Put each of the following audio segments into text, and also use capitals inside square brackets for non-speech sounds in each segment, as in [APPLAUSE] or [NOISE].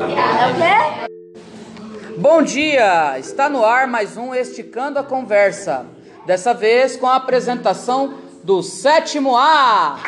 É o quê? Bom dia! Está no ar mais um Esticando a Conversa. Dessa vez com a apresentação do sétimo A.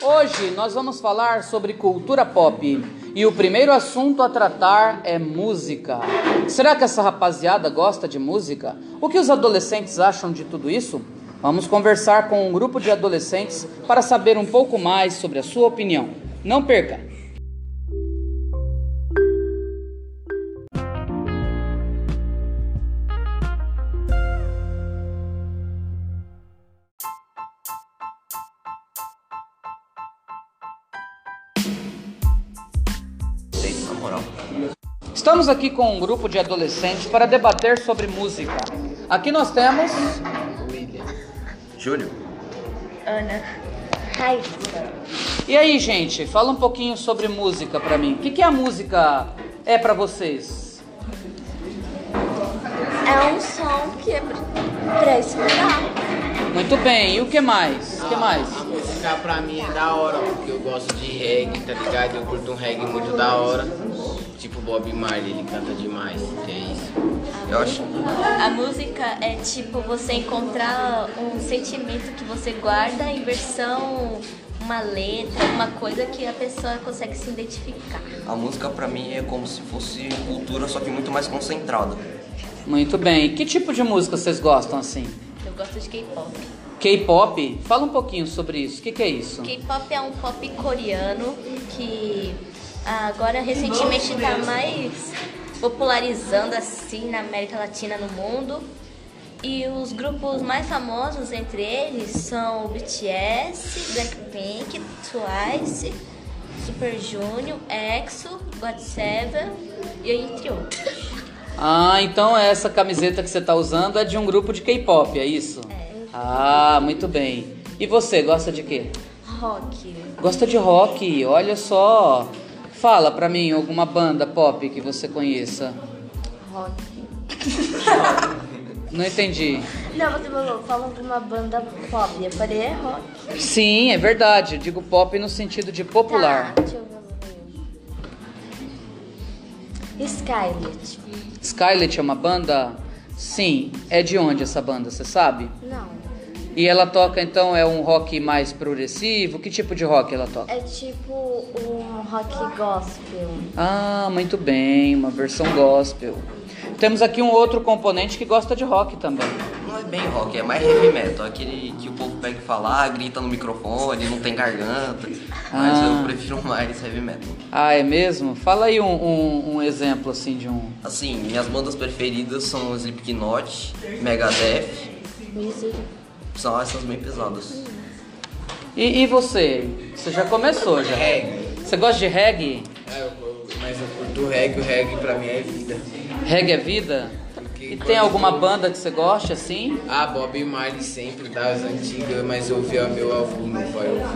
Hoje nós vamos falar sobre cultura pop e o primeiro assunto a tratar é música. Será que essa rapaziada gosta de música? O que os adolescentes acham de tudo isso? Vamos conversar com um grupo de adolescentes para saber um pouco mais sobre a sua opinião. Não perca! Estamos aqui com um grupo de adolescentes para debater sobre música. Aqui nós temos Júlio? Ana. Raíssa. E aí, gente, fala um pouquinho sobre música pra mim. O que, que a música é pra vocês? É um som que é pra pra escutar. Muito bem, e o que mais? O que mais? A música pra mim é da hora, porque eu gosto de reggae, tá ligado? Eu curto um reggae muito da hora. Tipo Bob Marley, ele canta demais. que É isso. Eu acho. A música é tipo você encontrar um sentimento que você guarda em versão uma letra, uma coisa que a pessoa consegue se identificar. A música pra mim é como se fosse cultura, só que muito mais concentrada. Muito bem, e que tipo de música vocês gostam assim? Eu gosto de K-pop. K-pop? Fala um pouquinho sobre isso, o que, que é isso? K-pop é um pop coreano que ah, agora recentemente tá mais popularizando assim na América Latina, no mundo. E os grupos mais famosos entre eles são o BTS, Blackpink, Twice, Super Junior, EXO, GOT7 e entre outros. Ah, então essa camiseta que você tá usando é de um grupo de K-pop, é isso? É. Ah, muito bem. E você, gosta de quê? Rock. Gosta de rock, olha só. Fala pra mim alguma banda pop que você conheça. Rock. Não entendi. Não, você falou, falam de uma banda pop. Eu falei, é rock. Sim, é verdade. Eu digo pop no sentido de popular. Tá, deixa eu ver o nome. Skylet. Skylet é uma banda? Sim. É de onde essa banda, você sabe? Não. E ela toca, então, é um rock mais progressivo? Que tipo de rock ela toca? É tipo um rock gospel. Ah, muito bem. Uma versão gospel. Temos aqui um outro componente que gosta de rock também. Não é bem rock, é mais heavy metal. Aquele que o povo pega e fala, ah, grita no microfone, não tem garganta. Mas Ah. eu prefiro [LAUGHS] mais heavy metal. Ah, é mesmo? Fala aí um, um- um exemplo, assim, de um... Assim, minhas bandas preferidas são Slipknot, Megadeth. Isso. São essas bem pesadas. E, e você? Você já começou, já. Reggae. Você gosta de reggae? É, eu- eu- mas eu curto o reggae, o reggae pra mim é vida. Reggae é vida? Porque E tem quando- alguma banda que você goste, assim? Ah, Bob Marley sempre das antigas, mas eu ouvi a meu avô, meu pai ouvia.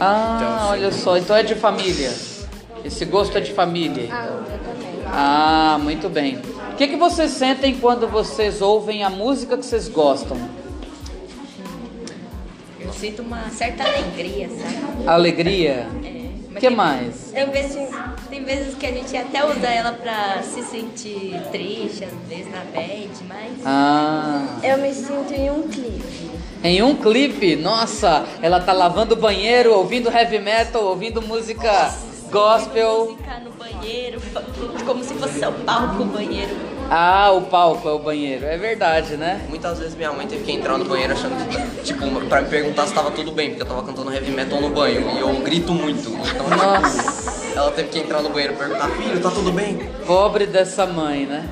Ah, Então, olha só, então é de família. Esse gosto é de família. então. Ah, muito bem. O que, que vocês sentem quando vocês ouvem a música que vocês gostam? Eu sinto uma certa alegria, sabe? Alegria? É. O que mais? Tem vezes, tem vezes que a gente até usa ela pra se sentir triste, às vezes na bad, mas. Ah, Eu me sinto em um clipe. em um clipe, nossa, ela tá lavando o banheiro, ouvindo heavy metal, ouvindo música gospel. Ficar no banheiro, [LAUGHS] como se fosse São Paulo com o banheiro. Ah, o palco é o banheiro, é verdade, né? Muitas vezes minha mãe teve que entrar no banheiro achando que, tipo, pra me perguntar se tava tudo bem, porque eu tava cantando heavy metal no banho e eu grito muito. Então, Nossa. ela teve que entrar no banheiro e perguntar, filho, tá tudo bem? Né? Pobre dessa mãe, né?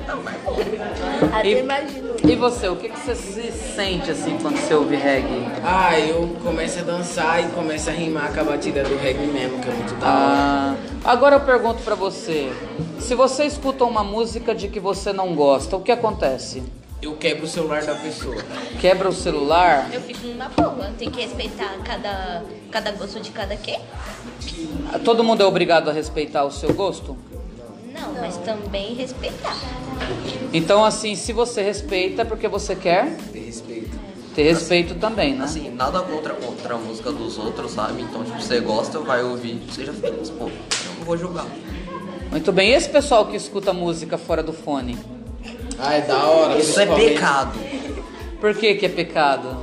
Até E- imagino. E você, o que, que você se sente assim quando você ouve reggae? Ah, eu começo a dançar e começo a rimar com a batida do reggae mesmo, que é muito da hora. Ah, agora eu pergunto pra você, se você escuta uma música de que você não gosta, o que acontece? Eu quebro o celular da pessoa. Quebra o celular? Eu fico numa boa, tem que respeitar cada, cada gosto de cada quê? Todo mundo é obrigado a respeitar o seu gosto? Não, mas também respeitar. Então assim, se você respeita é porque você quer De respeito. Ter respeito também, né? Assim, nada contra, contra a música dos outros, sabe? Então, tipo, você gosta, vai ouvir, seja feliz, pô. Eu não vou julgar. Muito bem, e esse pessoal que escuta música fora do fone? Ah, é da hora. Isso é principalmente. pecado. Por que que é pecado?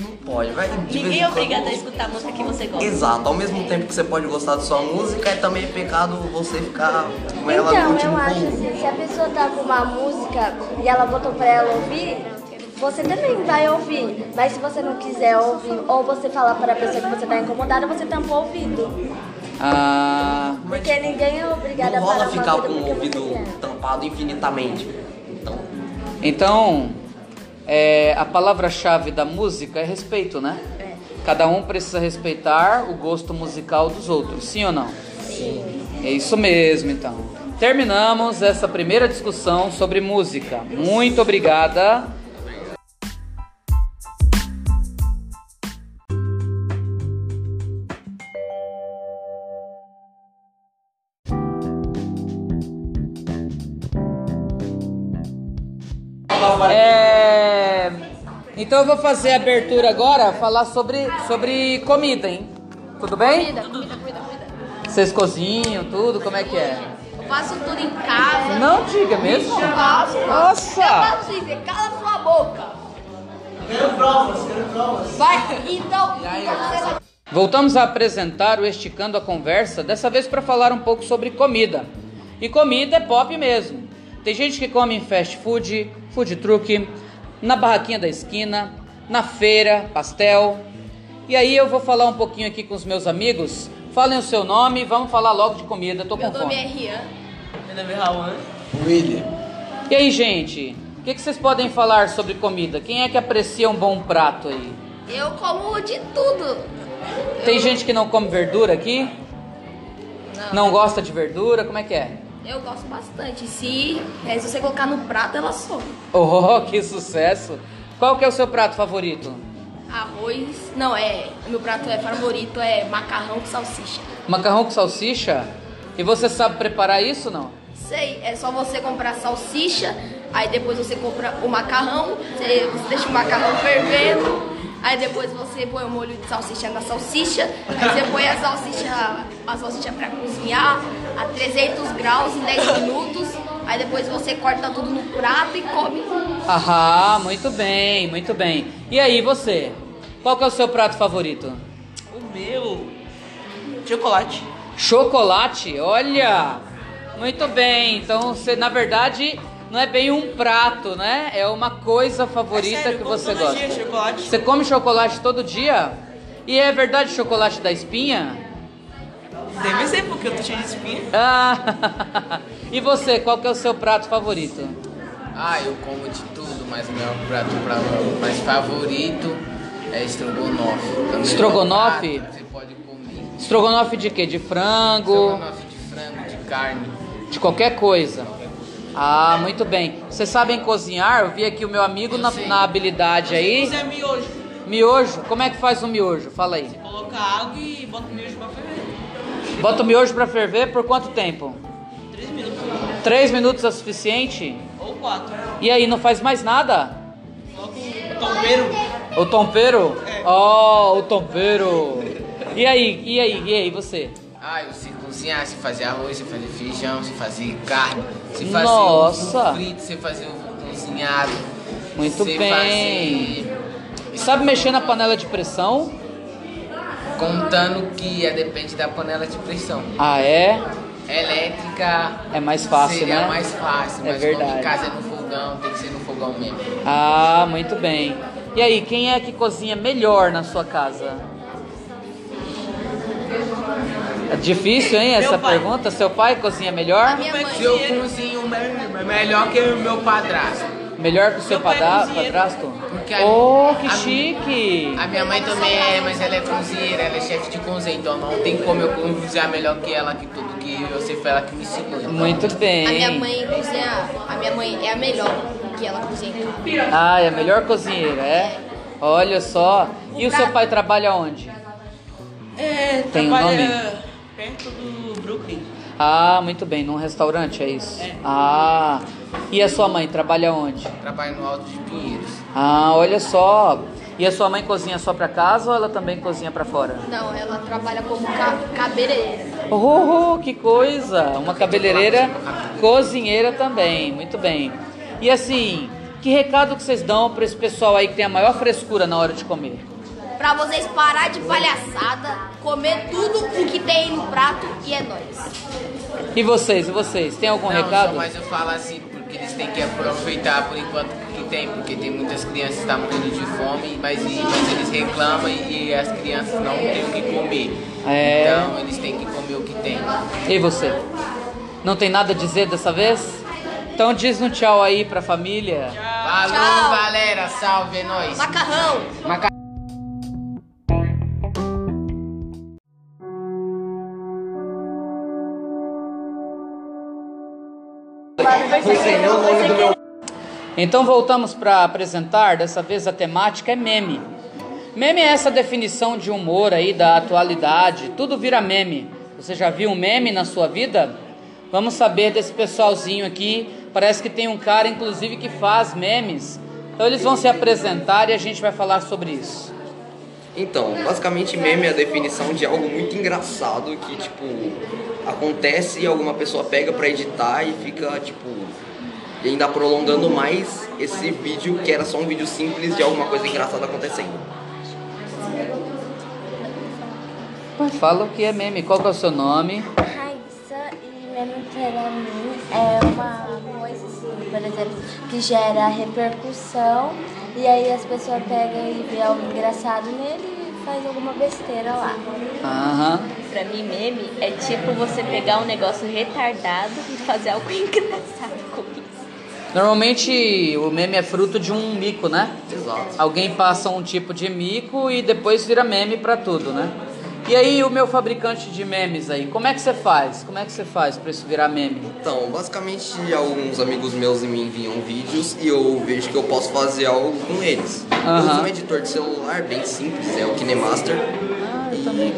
Não pode, vai. de vez em Ninguém é quando- obrigado a escutar a música que você gosta. Exato, ao mesmo tempo que você pode gostar de sua música, é também pecado você ficar com ela no Então, último eu acho ponto. assim, se a pessoa tá com uma música e ela botou pra ela ouvir, você também vai ouvir. Mas se você não quiser ouvir, ou você falar pra pessoa que você tá incomodada, você tampa o ouvido. Ah, Porque ninguém é obrigado a tipo, Não falar rola uma ficar coisa com o porque você ouvido quer. tampado infinitamente. Então, então, é, a palavra-chave da música é respeito, né? Cada um precisa respeitar o gosto musical dos outros, sim ou não? Sim. É isso mesmo, então. Terminamos essa primeira discussão sobre música. Muito obrigada. É, Então eu vou fazer a abertura agora, falar sobre, sobre comida, hein? Tudo bem? Comida, comida, comida. Vocês cozinham, tudo, como é que é? Eu faço tudo em casa. é Não diga mesmo? Eu Nossa! faço isso, cala sua boca. Quero provas, quero provas. Vai, então, então Voltamos a apresentar o Esticando a Conversa, dessa vez para falar um pouco sobre comida. E comida é pop mesmo. Tem gente que come em fast food, food truck, na barraquinha da esquina, na feira, pastel. E aí eu vou falar um pouquinho aqui com os meus amigos. Falem o seu nome, vamos falar logo de comida, tô meu com nome é fome. Rian. William. é- E aí, gente? O que, que vocês podem falar sobre comida? Quem é que aprecia um bom prato aí? Eu como de tudo. Tem gente que não come verdura aqui? Não gosta de verdura? Como é que é? Eu gosto bastante. Se, é, se você colocar no prato, ela some. Oh, [LAUGHS] que sucesso! Qual que é o seu prato favorito? Arroz, não, é. Meu prato é favorito é macarrão com salsicha. Macarrão com salsicha? E você sabe preparar isso não? Sei, é só você comprar salsicha, aí depois você compra o macarrão, você, você deixa o macarrão fervendo, aí depois você põe o molho de salsicha na salsicha, aí você põe a salsicha, a salsicha pra cozinhar a 300 graus em 10 minutos, aí depois você corta tudo no prato e come. Ahá, muito bem, muito bem. E aí, você? Qual que é o seu prato favorito? O meu. Chocolate. Chocolate? Olha! Muito bem, então você, na verdade, não é bem um prato, né? É uma coisa favorita É sério, que eu como você todo gosta. dia chocolate. Você come chocolate todo dia? E é verdade chocolate da espinha? Deve ser porque eu tô cheio de espinha. Ah, [LAUGHS] e você, qual que é o seu prato favorito? Ah, eu como de tudo, mas o meu prato pra, mais favorito é estrogonofe. Também Estrogonofe? é um prato que Você pode comer. Estrogonofe de quê? De frango? Estrogonofe de frango, de carne. De qualquer coisa. Ah, muito bem. Vocês sabem cozinhar? Eu vi aqui o meu amigo na, na habilidade aí. Isso é miojo. Miojo, como é que faz o miojo? Fala aí. Coloca água e bota o miojo pra ferver. Bota o miojo pra ferver por quanto tempo? Três minutos. Três minutos é o suficiente? Ou quatro. E aí, não faz mais nada? Coloca um tombeiro. O tompeiro? É. Oh, o tompeiro. E aí, e aí, e aí, você? Ah, eu sei cozinhar, sei fazer arroz, sei fazer feijão, sei fazer carne, sei fazer Nossa! ovo frito, sei fazer ovo cozinhado. Muito sei bem. Fazer... Sabe mexer na panela de pressão? Contando que é, depende da panela de pressão. Ah, é? Elétrica É mais fácil, seria né? mais fácil, É mas como verdade. em casa é no fogão, tem que ser no fogão mesmo. Ah, muito bem. E aí, quem é que cozinha melhor na sua casa? É difícil, hein, Meu essa pai. pergunta? Seu pai cozinha melhor? Minha Como é que mãe, Se eu cozinho mesmo, é melhor que o meu padrasto. Melhor que o seu Meu pai é padra- cozinheiro. padrasto? Porque a- Oh, que a- chique! A minha mãe também é, mas ela é cozinheira, ela é chefe de cozinha, então não tem como eu cozinhar melhor que ela, que tudo que eu sei foi ela que me ensinou. Então, Muito bem. a minha mãe cozinha, a minha mãe é a melhor que ela cozinha em casa. Ah, é a melhor cozinheira, é? Olha só. E o seu pai trabalha onde? É, Tem um o trabalha perto do Brooklyn. Ah, muito bem, num restaurante, é isso? É. Ah, e a sua mãe trabalha onde? trabalho no Alto de Pinheiros. Ah, olha só. E a sua mãe cozinha só pra casa ou ela também cozinha pra fora? Não, ela trabalha como ca cabeleireira. Oh, que coisa! Uma cabeleireira cozinheira também, muito bem. E assim, que recado que vocês dão para esse pessoal aí que tem a maior frescura na hora de comer? Pra vocês parar de palhaçada, comer tudo o que tem no prato e é nóis. E vocês, e vocês, tem algum não, Um recado? só mais eu falo assim, porque eles têm que aproveitar por enquanto que tem, porque tem muitas crianças que estão morrendo de fome, mas, e- mas eles reclamam e, e as crianças não têm o que comer. É. Então eles têm que comer o que tem. E você? Não tem nada a dizer dessa vez? Então diz um tchau aí pra família. Falou, galera, salve, é nóis. Macarrão! Então voltamos para apresentar, dessa vez a temática é meme. Meme é essa definição de humor aí da atualidade, tudo vira meme. Você já viu um meme na sua vida? Vamos saber desse pessoalzinho aqui. Parece que tem um cara inclusive que faz memes. Então eles vão se apresentar e a gente vai falar sobre isso. Então, basicamente meme é a definição de algo muito engraçado que, tipo, acontece e alguma pessoa pega pra editar e fica, tipo, ainda prolongando mais esse vídeo que era só um vídeo simples de alguma coisa engraçada acontecendo. Fala o que é meme, qual que é o seu nome? Raíssa e meme para mim é uma coisa assim, por exemplo, que gera repercussão e aí as pessoas pegam e vê algo engraçado nele e faz alguma besteira lá. Aham. Pra mim, meme é tipo você pegar um negócio retardado e fazer algo [LAUGHS] engraçado com isso. Normalmente o meme é fruto de um mico, né? Exato. Alguém passa um tipo de mico e depois vira meme pra tudo, né? E aí, o meu fabricante de memes aí, como é que você faz? Como é que você faz pra isso virar meme? Então, basicamente, alguns amigos meus me enviam vídeos e eu vejo que eu posso fazer algo com eles. Eu uso Aham. um editor de celular bem simples, é o KineMaster. Ah, eu também.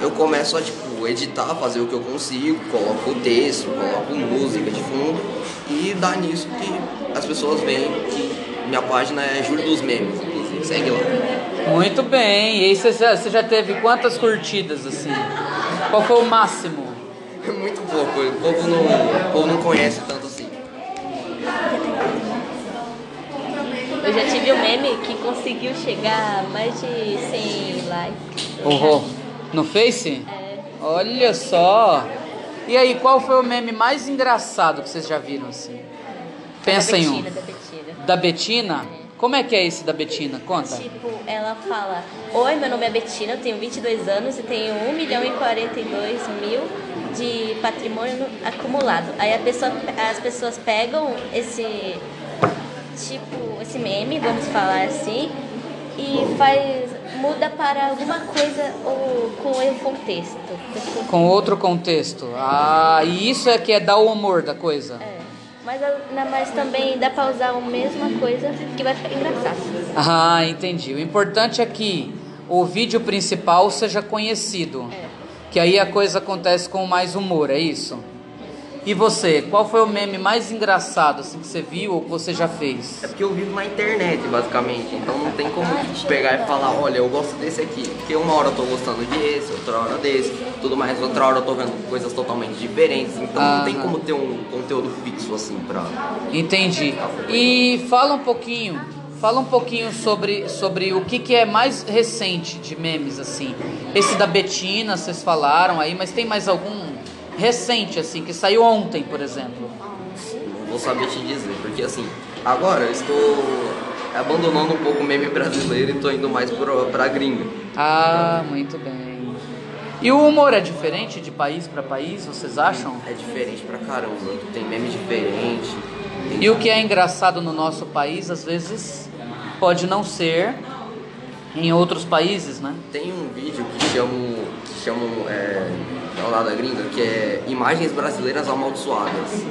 Eu começo a, tipo, editar, fazer o que eu consigo, coloco o texto, coloco música de fundo e dá nisso que as pessoas veem que minha página é Júlio dos Memes, inclusive, segue lá. [LAUGHS] Muito bem. E aí, você já, você já teve quantas curtidas assim? Qual foi o máximo? É muito pouco, o povo não, o povo não conhece tanto assim. Eu já tive um meme que conseguiu chegar a mais de 100 likes. Horror. No Face? Olha só. E aí, qual foi o meme mais engraçado que vocês já viram assim? Pensa da em Betina, um. da Betina. Da Betina? Como é que é esse da Betina? Conta. Tipo, ela fala: Oi, meu nome é Betina, eu tenho 22 anos e tenho 1 milhão e 42 mil de patrimônio acumulado. Aí a pessoa, as pessoas pegam esse tipo, esse meme, vamos falar assim, e faz muda para alguma coisa ou com o contexto. Tipo, Com outro contexto. Ah, e isso é que é dar o humor da coisa. é. Mas, a- né, na- mas também dá pra usar a mesma coisa que vai ficar engraçado. Ah, entendi. O importante é que o vídeo principal seja conhecido. É. Que aí a coisa acontece com mais humor, é isso? E você, qual foi o meme mais engraçado assim, que você viu ou que você já fez? É porque eu vivo na internet, basicamente, então não tem como tipo, pegar e falar, olha, eu gosto desse aqui, porque uma hora eu tô gostando desse, outra hora desse, tudo mais, outra hora eu tô vendo coisas totalmente diferentes, então não tem Aham. como ter um conteúdo fixo assim pra... Entendi. E fala um pouquinho, fala um pouquinho sobre, sobre o que, que é mais recente de memes, assim. Esse da Betina, vocês falaram aí, mas tem mais algum recente, assim, que saiu ontem, por exemplo? Não vou saber te dizer, porque assim, agora eu estou abandonando um pouco o meme brasileiro e tô indo mais pro, pra gringa. Ah, muito bem. E o humor é diferente de país para país, vocês acham? É diferente pra caramba, tem meme diferente. tem- E o que é engraçado no nosso país, às vezes, pode não ser em outros países, né? Tem um vídeo que chama, que chama é, é lá da gringa, que é Imagens Brasileiras Amaldiçoadas.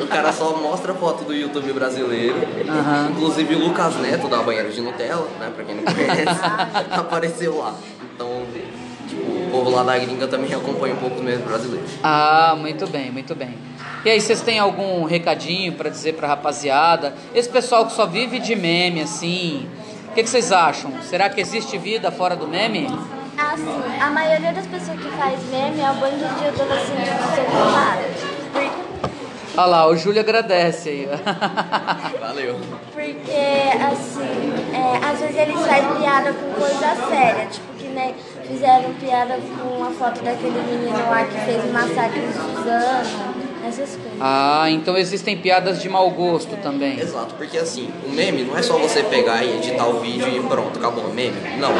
o cara só mostra foto do YouTube brasileiro. Aham. Inclusive o Lucas Neto da Banheira de Nutella, né, pra quem não conhece, [LAUGHS] apareceu lá. Então, tipo, o povo lá da gringa também acompanha um pouco do meme brasileiro. Ah, muito bem, muito bem. E aí, vocês têm algum recadinho pra dizer pra rapaziada? Esse pessoal que só vive de meme, assim, O que, que vocês acham? Será que existe vida fora do meme? Assim, a maioria das pessoas que faz meme é o bando de adolescente do celular. Olha lá, o Júlio agradece aí. [LAUGHS] ó. Valeu. Porque, assim, é, às vezes eles fazem piada com coisa séria, tipo que nem fizeram piada com a foto daquele menino lá que fez o massacre em Suzana, essas coisas. ah, então existem piadas de mau gosto também. Exato, porque assim, o meme não é só você pegar e editar o vídeo e pronto, acabou o meme. Não.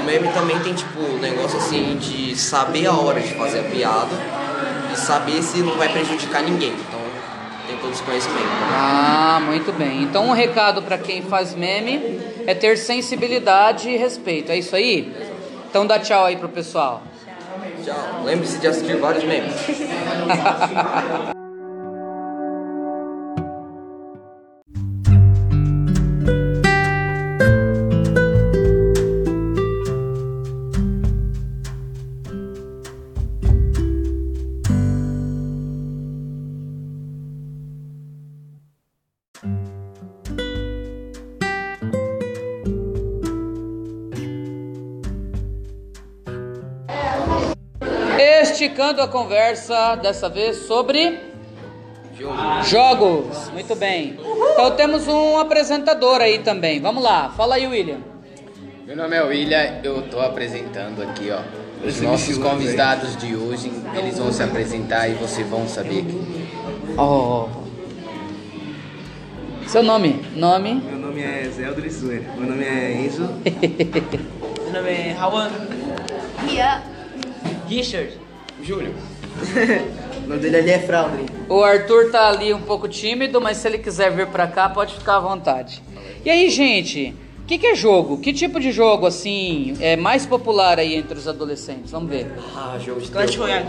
O meme também tem tipo um negócio assim de saber a hora de fazer a piada e saber se não vai prejudicar ninguém. Então tem todo esse conhecimento. Ah, muito bem. Então um recado para quem faz meme é ter sensibilidade e respeito. É isso aí? Então dá tchau aí pro pessoal. Tchau. Lembre-se de assistir vários memes. Esticando a conversa, dessa vez sobre jogos. Muito bem. Então temos um apresentador aí também. Vamos lá, fala aí, William. Meu nome é William, eu tô apresentando aqui, ó. Os nossos convidados de hoje, eles vão se apresentar e vocês vão saber que Oh. Seu nome? Nome? Meu nome é Zé Aldris Zoeira. Meu nome é Enzo. Meu nome é Rawan. Richard. Júlio. o nome dele ali é Fraudrin. O Arthur tá ali um pouco tímido, mas se ele quiser vir pra cá, pode ficar à vontade. E aí, gente, o que, que é jogo? Que tipo de jogo, assim, é mais popular aí entre os adolescentes? Vamos ver. Ah, jogo de Clash terror. Royale.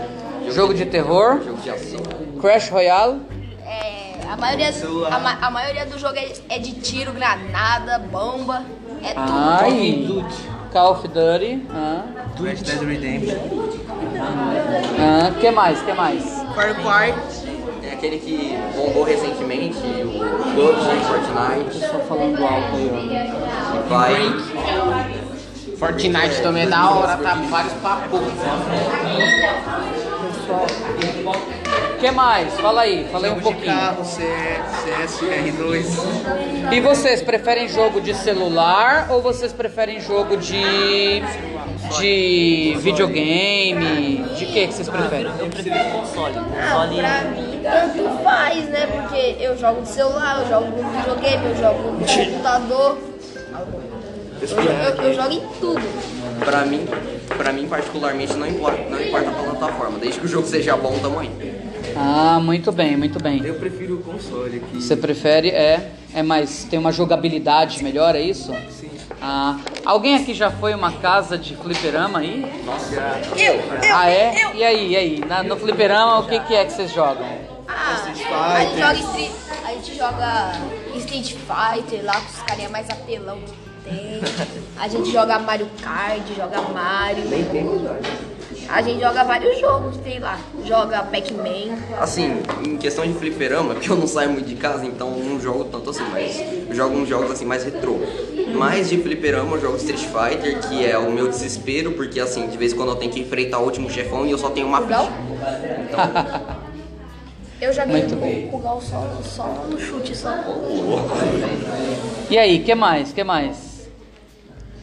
Jogo de terror, Jogo de ação. Crash Royale. É, a, maioria, a, ma- a maioria do jogo é, é de tiro, granada, bomba. É tudo. Ai, Call of Duty. Ah, Red Dead Redemption. ah, que mais, que mais? Far Cry. É aquele que bombou recentemente, o PUBG, Fortnite, Só falando alto aí, vai. Fortnite também é da hora, tá vários papos. ó. Que mais? Fala aí, fala aí um Jogo de pouquinho. carro, CS, R2. E vocês preferem jogo de celular ou vocês preferem jogo de de videogame? De que que vocês preferem? Eu prefiro console. Console. Pra mim, tanto faz, né? Porque eu jogo no celular, eu jogo no videogame, eu jogo no computador. Eu, eu- eu jogo em tudo. Pra mim, pra mim particularmente, não importa, não importa a plataforma, desde que o jogo seja bom, tamo aí. Ah, muito bem, muito bem. Eu prefiro o console aqui. Você prefere é é mais tem uma jogabilidade melhor, é isso? Sim. Ah, alguém aqui já foi uma casa de fliperama aí? Eu, eu, ah, é? E aí, e aí? Na- no fliperama, o que, que é que vocês jogam? Ah, a gente joga Street, a gente joga Street Fighter lá com os carinha mais apelão que tem. A gente joga Mario Kart, joga Mario. A gente joga vários jogos que tem lá. Joga Pac-Man. Assim, em questão de fliperama, porque eu não saio muito de casa, então não jogo tanto assim, mas eu jogo uns jogos assim mais retrô. Mas de fliperama eu jogo Street Fighter, que é o meu desespero, porque assim, de vez em quando eu tenho que enfrentar o último chefão e eu só tenho uma ficha. Eu joguei Muito bem. o Gal só, só no chute, só. E aí, que mais? Que mais?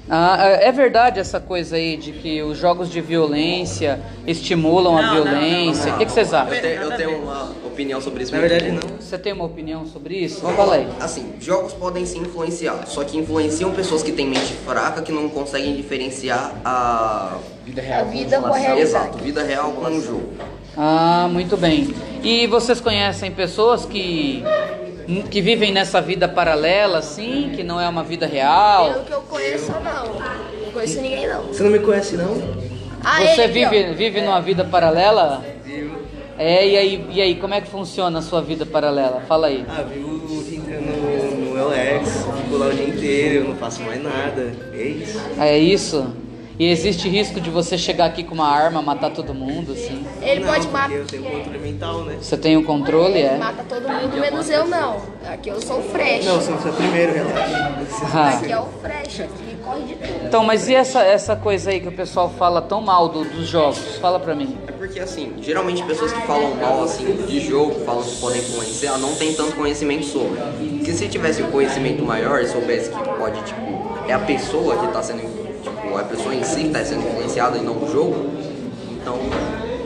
Ah, é é verdade essa coisa aí de que os jogos de violência estimulam a Não, não, não, violência? O que, que vocês Eu, acham? te- eu tenho uma opinião sobre isso. Na muito verdade, boa. não. Você tem uma opinião sobre isso? Então é? Fala aí. Assim, jogos podem se influenciar, só que influenciam pessoas que têm mente fraca, que não conseguem diferenciar a. Vida real. Vida com a realidade. Exato, vida real com o jogo. Ah, muito bem. E vocês conhecem pessoas que, que vivem nessa vida paralela, assim, que não é uma vida real? Pelo é que eu conheço, não. Não conheço ninguém, não. Você não me conhece, não? Ah, ele Você aqui, ó. vive, vive numa vida paralela? É, e aí, e aí, como é que funciona a sua vida paralela? Fala aí. Ah, vivo entrando no LX, fico lá o dia inteiro, eu não faço mais nada. É isso. Ah, É isso? E existe risco de você chegar aqui com uma arma, matar todo mundo, assim. Ele Não, pode porque matar. eu tenho controle mental, né? Você tem o controle, é? Mata todo mundo, menos eu não. Aqui eu sou o fresh. Não, você você é o primeiro, relaxa. Ah. Aqui é o fresh, aqui corre de tudo. Então, mas e essa, essa coisa aí que o pessoal fala tão mal do- dos jogos? Fala pra mim. É porque assim, geralmente pessoas que falam mal assim de jogo, falam que podem influenciar, não tem tanto conhecimento sobre. Porque se tivesse um conhecimento maior e soubesse que pode, tipo, é a pessoa que tá sendo, tipo, a pessoa em si que tá sendo influenciada e não o jogo, então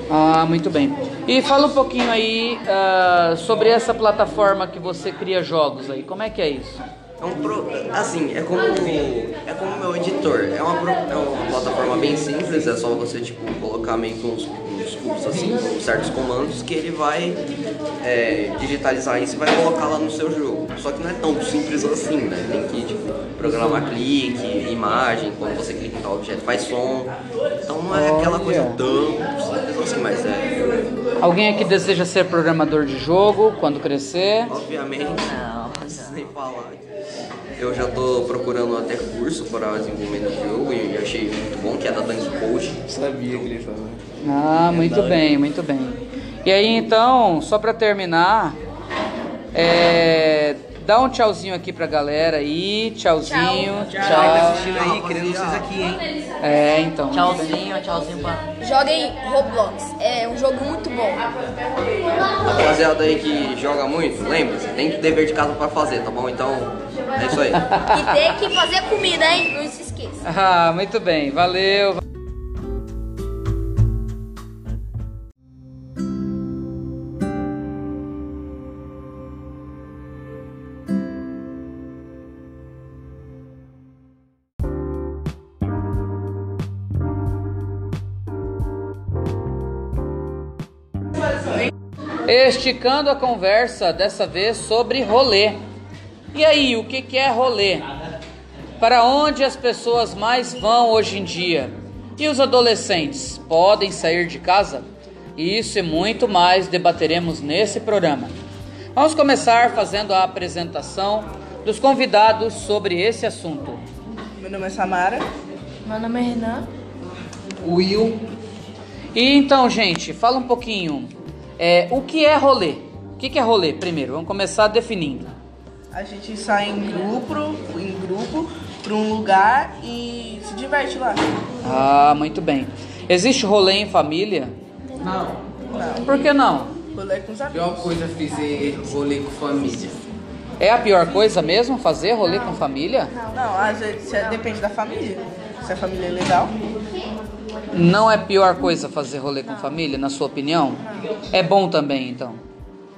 Ah, muito bem. E fala um pouquinho aí ah, sobre essa plataforma que você cria jogos aí. Como é que é isso? É um pro... Assim, é como é como meu editor. É uma, pro- é uma plataforma bem simples, é só você tipo, colocar meio que uns, uns cubos assim, com certos comandos que ele vai é, digitalizar isso e vai colocar lá no seu jogo. Só que não é tão simples assim, né? Tem que tipo, programar clique, imagem, quando você clica em tal objeto faz som. Então não é aquela coisa tão simples assim, mas é. Alguém aqui deseja ser programador de jogo quando crescer? Obviamente, [LAUGHS] sem falar. Eu já tô procurando até curso para desenvolvimento do jogo e eu achei muito bom, que é da Tank Coach. Sabia que ele ia falar. Ah, muito bem, muito bem. E aí então, só pra terminar, é, dá um tchauzinho aqui pra galera aí. Tchauzinho. Tchau. Tá assistindo Ah, aí, querendo vocês aqui, hein? É, então. Tchauzinho, tchauzinho pra... Joguem Roblox, é um jogo muito bom. Rapaziada aí que joga muito, lembra-se, tem dever de casa para fazer, tá bom? Então, é isso aí. E tem que fazer comida, hein? Não se esqueça. Ah, muito bem. Valeu. Esticando a conversa, dessa vez sobre rolê. E aí, o que, que é rolê? Para onde as pessoas mais vão hoje em dia? E os adolescentes podem sair de casa? Isso e muito mais debateremos nesse programa. Vamos começar fazendo a apresentação dos convidados sobre esse assunto. Meu nome é Samara. Meu nome é Renan. Will. E então, gente, fala um pouquinho. é, o que é rolê? O que que é rolê primeiro? Vamos começar definindo. A gente sai em grupo, em grupo, pra um lugar e se diverte lá. Ah, muito bem. Existe rolê em família? Não. Por que não? Rolê com os A amigos. pior coisa é fazer rolê com família. É a pior coisa mesmo fazer rolê com família? Não, às vezes se- depende da família. Se a família é legal. Não é pior coisa fazer rolê com família, na sua opinião? É bom também, então.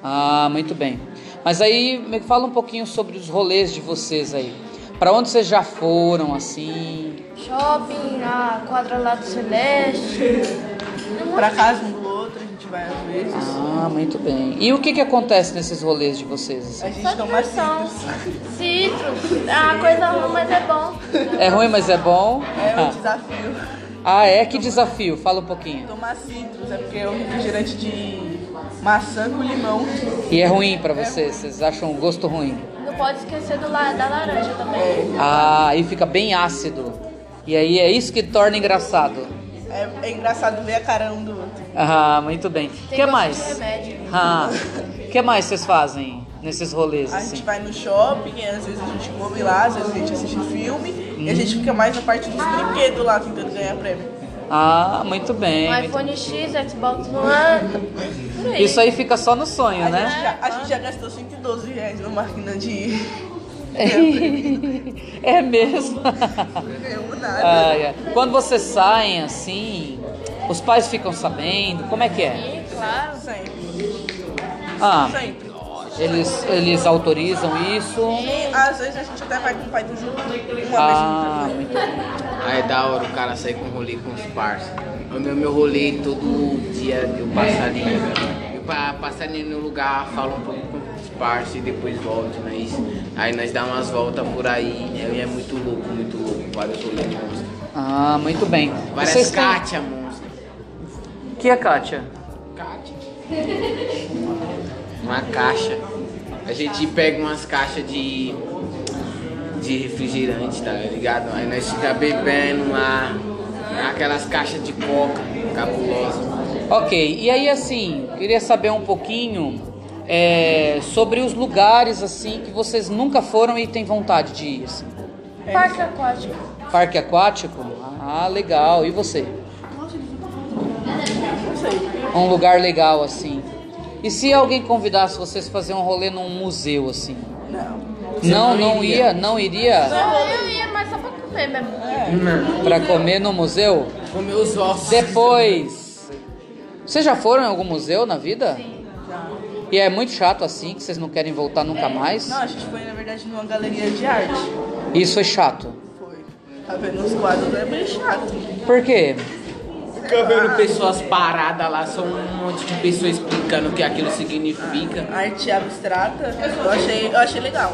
Ah, muito bem. Mas aí me fala um pouquinho sobre os rolês de vocês aí. Pra onde vocês já foram assim? Shopping, na quadra lá do Celeste. Pra casa um do outro, a gente vai às vezes. Ah, muito bem. E o que que acontece nesses rolês de vocês? A assim? gente toma diversão. cítrus. Citro. Ah, coisa ruim, mas é bom. É ruim, mas é bom. [LAUGHS] É um desafio. Ah, é? Que desafio? Fala um pouquinho. Tomar cítrus, é porque é um refrigerante de maçã com limão. E é ruim pra vocês? Vocês acham o gosto ruim? Não pode esquecer do la da laranja também. Ah, aí fica bem ácido. E aí é isso que torna engraçado. É, é engraçado ver a cara um do outro. Ah, muito bem. O que gosto de mais? remédio. Ah, que mais vocês fazem nesses rolês A gente assim? vai no shopping, às vezes a gente come lá, às vezes a gente assiste filme e a gente fica mais na parte dos brinquedos lá tentando ganhar prêmio. Ah, muito bem. Um muito- iPhone X, Xbox One. Por aí. Isso aí fica só no sonho, A, né? gente já, a gente já gastou 112 reais na máquina de. [LAUGHS] [LAUGHS] É mesmo. Ganhamos um nada. Ai, ai. Quando vocês saem assim, os pais ficam sabendo, como é que é? Claro. Sempre. Ah, Sempre. eles, eles autorizam isso. E às vezes a gente até vai com o pai do Ju. Uma Ah, vez. muito Aí é da hora o cara sair com um rolê com os parceiros. O meu, meu rolê todo dia eu passo ali. né? Eu pa- passo ali no lugar, falo um pouco com os parceiros e depois volto. Nós, aí nós dá umas voltas por aí. né? E é muito louco, muito louco. Vários rolês monstros. ah, muito bem. Várias Vocês têm- Kátia monstro. Que é Kátia? Kátia. Uma caixa. A gente pega umas caixas de. De refrigerante, tá ligado? Aí nós fica bebendo lá. aquelas caixas de coca cabulosas. Ok, e aí assim, queria saber um pouquinho é, sobre os lugares assim que vocês nunca foram e têm vontade de ir. assim. Parque aquático. Parque aquático? Ah, legal. E você? Um lugar legal assim. E se alguém convidasse vocês a fazer um rolê num museu assim? Não. Não, não ia, não iria Eu ia mais só pra comer mesmo. pra comer no museu? Comer os ossos. Depois. Vocês já foram em algum museu na vida? Sim. E é muito chato assim, que vocês não querem voltar nunca mais? Não, a gente foi, na verdade, numa galeria de arte. Isso é chato. Foi. Tá vendo os quadros, é bem chato. Por quê? Fica vendo pessoas paradas lá, só um monte de pessoas explicando o que aquilo significa. Arte abstrata, eu achei, eu achei legal.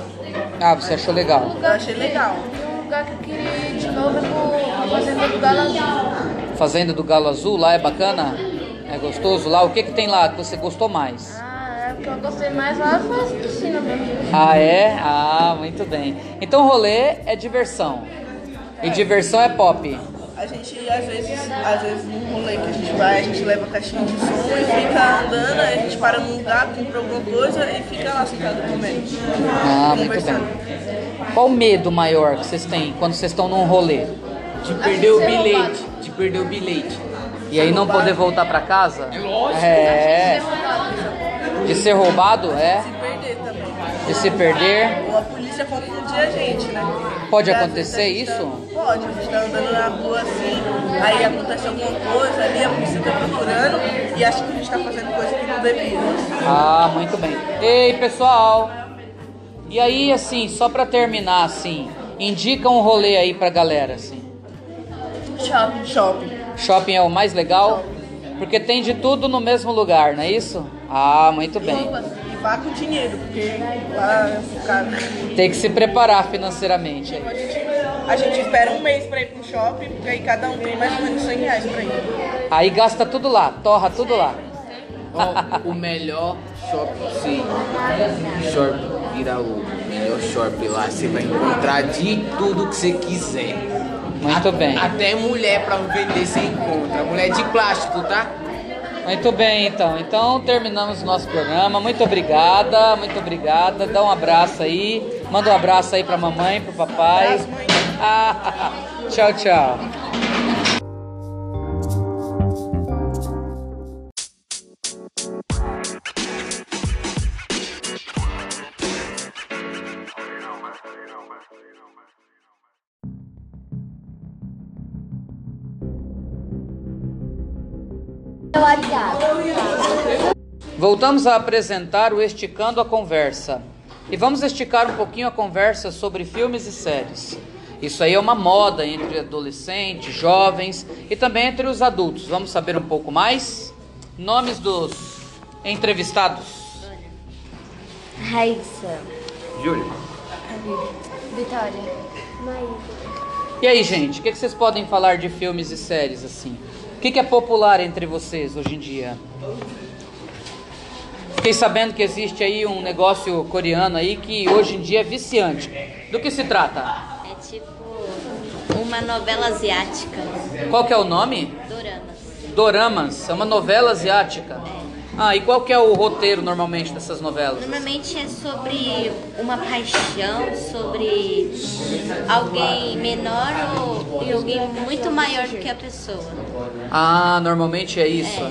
Ah, você achou legal. Eu achei legal. Um lugar que eu queria ir de novo é pro pra Fazenda do Galo Azul. Fazenda do Galo Azul lá é bacana? É gostoso lá? O que, que tem lá que você gostou mais? Ah, é porque eu gostei mais lá foi as piscinas mesmo. Ah, é? Ah, muito bem. Então rolê é diversão. E diversão é pop. A gente, às vezes, às vezes no rolê que a gente vai, a gente leva a caixinha de som e fica andando, aí a gente para num lugar, compra alguma coisa e fica lá sentado comendo. Ah, muito bem. Qual o medo maior que vocês têm quando vocês estão num rolê? De perder o bilhete. De perder o bilhete. E aí não poder voltar pra casa? É lógico. É. De ser roubado, é. Se perder também. De se perder. Ou a polícia confundir a gente, né? Pode Porque às acontecer vezes a gente isso? Tá, pode, a gente tá andando na rua assim, aí acontece alguma coisa ali, a polícia tá procurando e acha que a gente tá fazendo coisa que não devia. Ah, muito bem. Ei, pessoal. E aí, assim, só pra terminar, assim, indica um rolê aí pra galera, assim. Shopping. Shopping. Shopping é o mais legal, porque tem de tudo no mesmo lugar, não é isso? Ah, muito bem. E vá com dinheiro, porque lá é caro. Tem que se preparar financeiramente aí. A gente, a gente espera um mês pra ir pro shopping, porque aí cada um tem mais ou menos 100 reais pra ir. Aí gasta tudo lá, torra tudo lá. Ó, o melhor shopping se shopping Viraú. O melhor shopping lá você vai encontrar de tudo que você quiser. Muito A- bem. Até mulher pra vender você encontra. Mulher é de plástico, tá? Muito bem, então. Então terminamos o nosso programa. Muito obrigada, muito obrigada. Dá um abraço aí. Manda um abraço aí pra mamãe, pro papai. Ah, [LAUGHS] tchau, tchau. Meu WhatsApp. Voltamos a apresentar o Esticando a Conversa. E vamos esticar um pouquinho a conversa sobre filmes e séries. Isso aí é uma moda entre adolescentes, jovens e também entre os adultos. Vamos saber um pouco mais? Nomes dos entrevistados. Raíssa. Júlio. Vitória. Maíra. E aí, gente, o que, que vocês podem falar de filmes e séries assim? O que, que é popular entre vocês hoje em dia? Fiquei sabendo que existe aí um negócio coreano aí que hoje em dia é viciante. Do que se trata? É tipo uma novela asiática. Qual que é o nome? Doramas. Doramas, é uma novela asiática. Ah, e qual que é o roteiro normalmente dessas novelas? Normalmente é sobre uma paixão, sobre alguém menor ou e alguém muito maior do que a pessoa. Ah, normalmente é isso.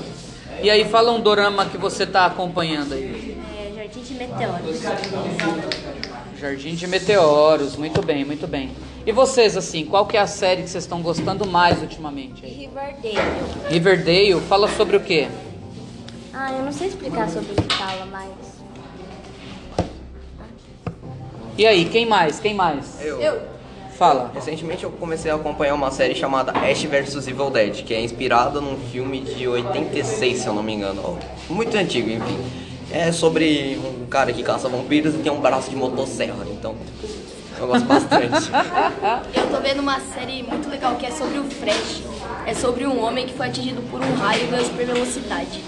E aí fala um dorama que você tá acompanhando aí. É Jardim de Meteoros. Jardim de Meteoros, muito bem, muito bem. E vocês assim, qual que é a série que vocês estão gostando mais ultimamente aí? Riverdale. Riverdale, fala sobre o quê? Ah, eu não sei explicar sobre o que fala, mas. E aí, quem mais? Quem mais? Eu. Fala. Recentemente eu comecei a acompanhar uma série chamada Ash vs Evil Dead, que é inspirada num filme de 86, se eu não me engano. ó. Muito antigo, enfim. É sobre um cara que caça vampiros e tem um braço de motosserra, então eu gosto bastante. Eu tô vendo uma série muito legal que é sobre o Flash. É sobre um homem que foi atingido por um raio e ganhou super velocidade.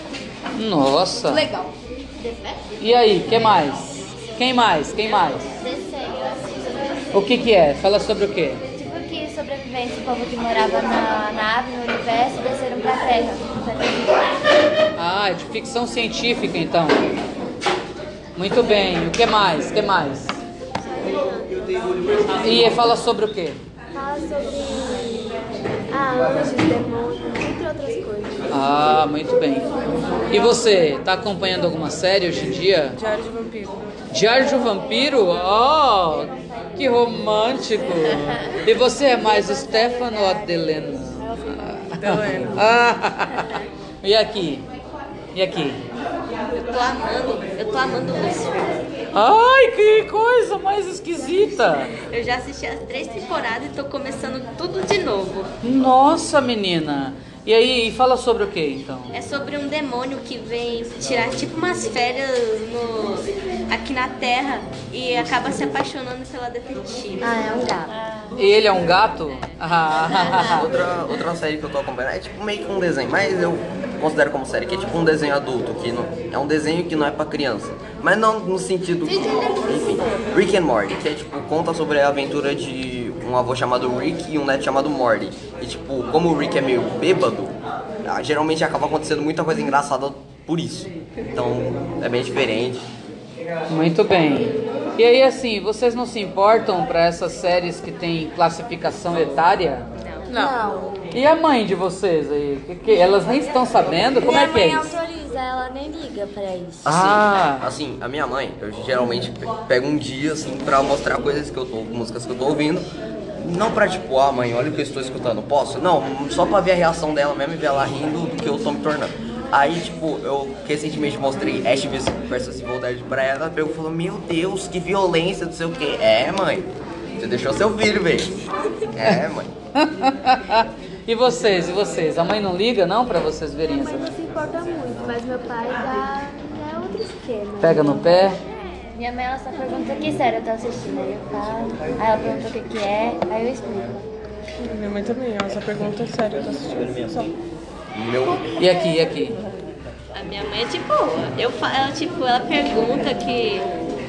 Nossa. Legal. E aí, que mais? Quem mais? Quem mais? Desenho, O que que é? Fala sobre o quê? tipo que isso sobreviventes, o povo que morava na nave, no universo, desceram pra terra. pra ter- Ah, é de ficção científica então. Muito bem. O que mais? O que mais? E fala sobre o quê? Fala sobre ah, anjos, demônios, entre outras coisas. Ah, muito bem. E você, tá acompanhando alguma série hoje em dia? Diário de Vampiro. Diário de um Vampiro? Oh, que romântico! E você é mais Stefano ou Adelena? Adelena. Ah, [LAUGHS] e aqui? E aqui? Eu tô amando, eu tô amando Lúcifer. Ai, que coisa mais esquisita! Eu já assisti as três temporadas e tô começando tudo de novo. Nossa, menina! E aí, fala sobre o que então? É sobre um demônio que vem tirar tipo umas férias no- aqui na Terra e acaba se apaixonando pela detetive. Ah, é um gato. Ele é um gato? [LAUGHS] Ah, [LAUGHS] Outra, outra série que eu tô acompanhando é tipo meio que um desenho, mas eu considero como série que é tipo um desenho adulto, que não, é um desenho que não é pra criança. Mas não no sentido. que- Enfim, Rick and Morty, que é tipo, conta sobre a aventura de um avô chamado Rick e um neto chamado Morty. E tipo, como o Rick é meio bêbado, ah, geralmente acaba acontecendo muita coisa engraçada por isso. Então é bem diferente. Muito bem. E aí, assim, vocês não se importam pra essas séries que tem classificação etária? Não. E a mãe de vocês aí? Que, que- elas nem estão sabendo? Como é que é Minha mãe isso? autoriza, ela nem liga pra isso. Assim, Ah. [LAUGHS] assim, a minha mãe, eu geralmente pe- pego um dia assim pra mostrar coisas que eu tô, músicas que eu tô ouvindo. Não pra tipo, ah mãe, olha o que eu estou escutando, posso? Não, só pra ver a reação dela mesmo e ver ela rindo do que eu tô me tornando. Aí, tipo, eu recentemente mostrei Ash vs vs Evil Dead pra ela, ela pegou e falou, meu Deus, que violência, não sei o que. É, mãe, você deixou seu filho, velho. É, mãe. e vocês, e vocês? A mãe não liga não pra vocês verem essa? se importa muito, mas meu pai dá, dá outro esquema. Pega no pé. Minha mãe ela só pergunta que série eu tô assistindo. Aí eu falo, aí ela pergunta o que, que é, aí eu explico. Minha mãe também, ela só pergunta sério, eu tô assistindo. Só. Meu E aqui, e aqui? A minha mãe é de boa. Eu, fa- ela, tipo, ela pergunta que,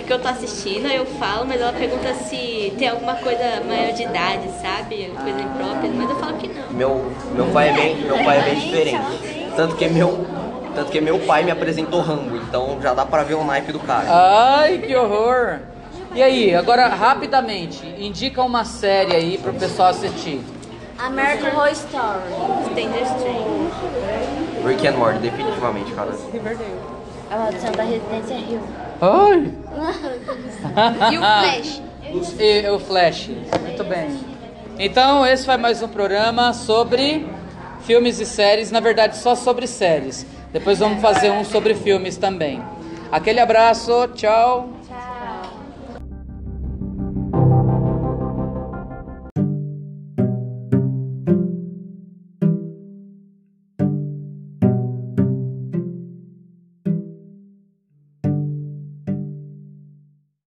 que eu tô assistindo, aí eu falo, mas ela pergunta se tem alguma coisa maior de idade, sabe? Coisa imprópria, mas eu falo que não. Meu, meu pai é bem, meu pai é bem diferente. Tanto que meu, tanto que meu pai me apresentou Rambo, então já dá pra ver o naipe do cara. Ai, que horror! E aí, agora rapidamente, indica uma série aí pro pessoal assistir. American Horror Story. Stranger Things. Rick and Morty, definitivamente, cara. A maldição da Residência Hill. Ai! [LAUGHS] E o Flash? E o Flash. Muito bem. Então, esse foi mais um programa sobre filmes e séries. Na verdade, só sobre séries. Depois vamos fazer um sobre filmes também. Aquele abraço, tchau.